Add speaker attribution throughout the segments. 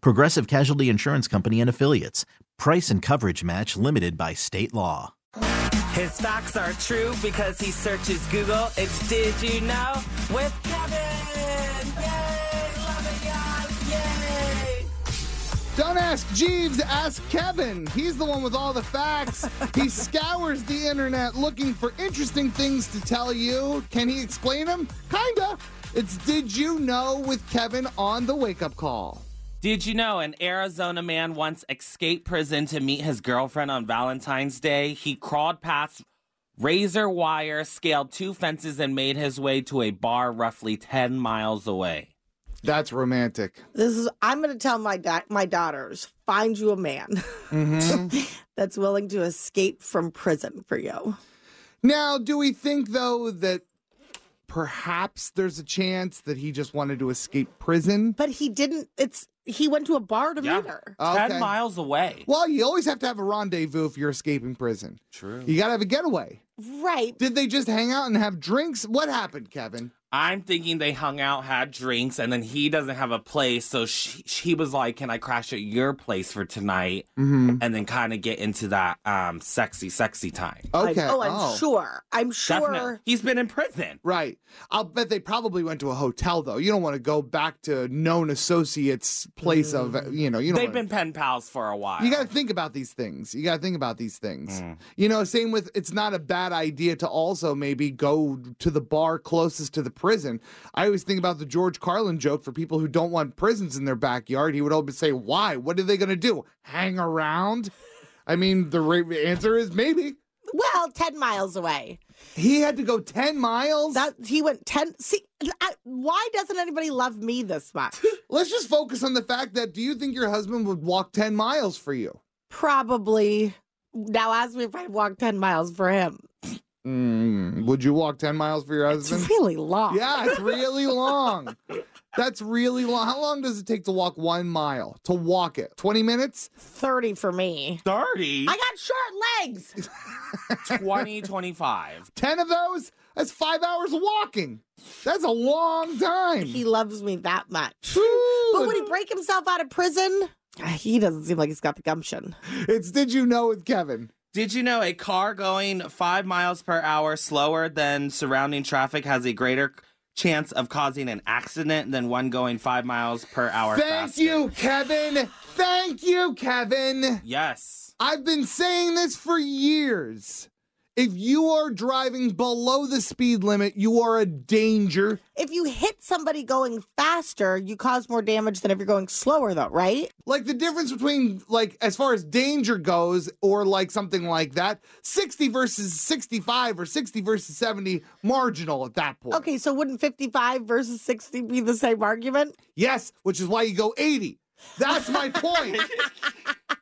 Speaker 1: Progressive Casualty Insurance Company and Affiliates. Price and coverage match limited by state law.
Speaker 2: His facts are true because he searches Google. It's Did You Know with Kevin. Yay! Love it, guys. Yay!
Speaker 3: Don't ask Jeeves, ask Kevin. He's the one with all the facts. he scours the internet looking for interesting things to tell you. Can he explain them? Kinda. It's Did You Know with Kevin on the wake up call.
Speaker 2: Did you know an Arizona man once escaped prison to meet his girlfriend on Valentine's Day? He crawled past razor wire, scaled two fences, and made his way to a bar roughly 10 miles away.
Speaker 3: That's romantic.
Speaker 4: This is I'm going to tell my da- my daughters find you a man
Speaker 3: Mm-hmm.
Speaker 4: that's willing to escape from prison for you.
Speaker 3: Now, do we think, though, that perhaps there's a chance that he just wanted to escape prison?
Speaker 4: But he didn't. It's he went to a bar to meet her.
Speaker 2: 10 miles away.
Speaker 3: Well, you always have to have a rendezvous if you're escaping prison.
Speaker 2: True.
Speaker 3: You got to have a getaway.
Speaker 4: Right.
Speaker 3: Did they just hang out and have drinks? What happened, Kevin?
Speaker 2: I'm thinking they hung out, had drinks, and then he doesn't have a place. So she, she was like, Can I crash at your place for tonight?
Speaker 3: Mm-hmm.
Speaker 2: And then kind of get into that um, sexy, sexy time.
Speaker 4: I-
Speaker 3: Okay.
Speaker 4: oh, I'm sure. I'm sure.
Speaker 2: Definitely. He's been in prison.
Speaker 3: Right. I'll bet they probably went to a hotel though. You don't want to go back to known associates' place of you know. You don't
Speaker 2: They've
Speaker 3: wanna-
Speaker 2: been pen pals for a while.
Speaker 3: You got to think about these things. You got to think about these things.
Speaker 2: Mm.
Speaker 3: You know, same with it's not a bad idea to also maybe go to the bar closest to the prison. I always think about the George Carlin joke for people who don't want prisons in their backyard. He would always say, "Why? What are they going to do? Hang around?" I mean, the ra- answer is maybe.
Speaker 4: Well, ten miles away.
Speaker 3: He had to go 10 miles.
Speaker 4: That he went ten. See, I, why doesn't anybody love me this much?
Speaker 3: Let's just focus on the fact that do you think your husband would walk 10 miles for you?
Speaker 4: Probably. Now ask me if I walked ten miles for him.
Speaker 3: Mm, would you walk 10 miles for your
Speaker 4: It's
Speaker 3: husband?
Speaker 4: really long.
Speaker 3: yeah, it's really long. That's really long. How long does it take to walk one mile? To walk it? 20 minutes?
Speaker 4: Thirty for me.
Speaker 2: 30,
Speaker 4: I got short legs.
Speaker 2: 20, 25.
Speaker 3: 10 of those? That's five hours of walking. That's a long time.
Speaker 4: he loves me that much.
Speaker 3: Ooh,
Speaker 4: But would he break himself out of prison? Ah, He doesn't seem like he's got the gumption.
Speaker 3: It's Did You Know with Kevin.
Speaker 2: Did you know a car going five miles per hour slower than surrounding traffic has a greater chance of causing an accident than one going five miles per hour?
Speaker 3: Thank
Speaker 2: faster?
Speaker 3: you, Kevin. Thank you, Kevin.
Speaker 2: Yes.
Speaker 3: I've been saying this for years. If you are driving below the speed limit, you are a danger.
Speaker 4: If you hit somebody going faster, you cause more damage than if you're going slower, though, right?
Speaker 3: Like the difference between like as far as danger goes or like something like that, 60 versus 65 or 60 versus 70 marginal at that point.
Speaker 4: Okay, so wouldn't 55 versus 60 be the same argument?
Speaker 3: Yes, which is why you go 80. That's my point.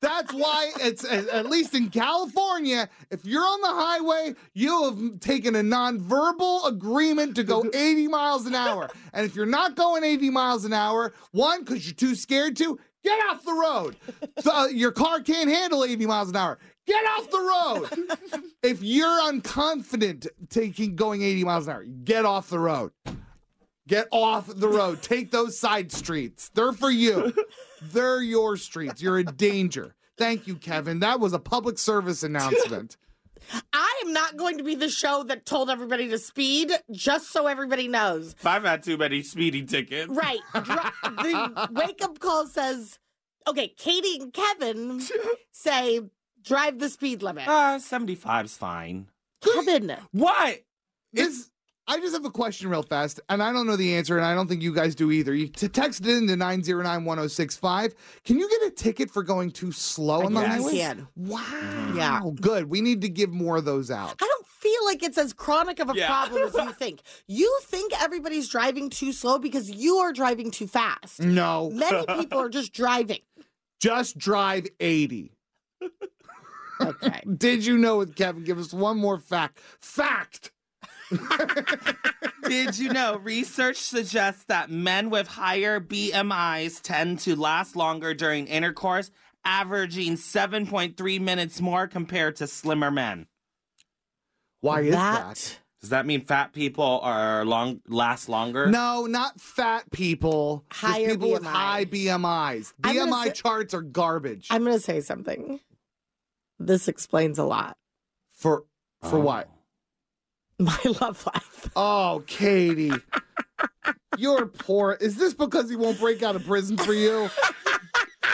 Speaker 3: That's why it's a- at least in California, if you're on the highway, you have taken a nonverbal agreement to go 80 miles an hour. And if you're not going 80 miles an hour, one, because you're too scared to, get off the road. So, uh, your car can't handle 80 miles an hour. Get off the road. if you're unconfident taking going 80 miles an hour, get off the road. Get off the road. Take those side streets. They're for you. They're your streets. You're a danger. Thank you, Kevin. That was a public service announcement.
Speaker 4: I am not going to be the show that told everybody to speed, just so everybody knows.
Speaker 2: I've had too many speeding tickets.
Speaker 4: Right. Dr- the wake up call says, okay, Katie and Kevin say drive the speed limit.
Speaker 2: Uh, 75's fine.
Speaker 4: Kevin,
Speaker 2: What?
Speaker 3: This, I just have a question real fast, and I don't know the answer, and I don't think you guys do either. You t- text it into 9091065. Can you get a ticket for going too slow
Speaker 4: I
Speaker 3: on the
Speaker 4: guess.
Speaker 3: highway?
Speaker 4: Can.
Speaker 3: Wow.
Speaker 4: Yeah.
Speaker 3: Good. We need to give more of those out.
Speaker 4: I don't feel like it's as chronic of a
Speaker 2: Yeah.
Speaker 4: problem as you think. You think everybody's driving too slow because you are driving too fast.
Speaker 3: No.
Speaker 4: Many people are just driving.
Speaker 3: Just drive 80.
Speaker 4: Okay.
Speaker 3: Did you know it, Kevin? Give us one more fact. Fact.
Speaker 2: Did you know research suggests that men with higher BMIs tend to last longer during intercourse, averaging 7.3 minutes more compared to slimmer men?
Speaker 3: Why is
Speaker 2: Does that mean fat people are long last longer?
Speaker 3: that? No, not fat people. just
Speaker 4: Higher
Speaker 3: people with
Speaker 4: BMI.
Speaker 3: high BMIs.
Speaker 4: I'm gonna
Speaker 3: BMI
Speaker 4: say-
Speaker 3: charts are garbage.
Speaker 4: I'm going to say something. This explains a lot.
Speaker 3: for for
Speaker 2: Oh.
Speaker 3: what?
Speaker 4: My love life.
Speaker 3: Oh, Katie. You're poor. Is this because he won't break out of prison for you?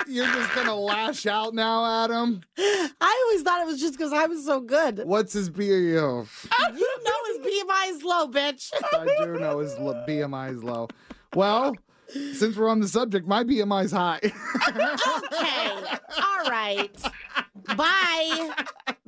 Speaker 3: You're just gonna lash out now, Adam.
Speaker 4: I always thought it was just because I was so good.
Speaker 3: What's his BMI?
Speaker 4: You know his BMI is low, bitch.
Speaker 3: I do know his lo- BMI is low. Well, since we're on the subject, my BMI is high.
Speaker 4: Okay. All right. Bye.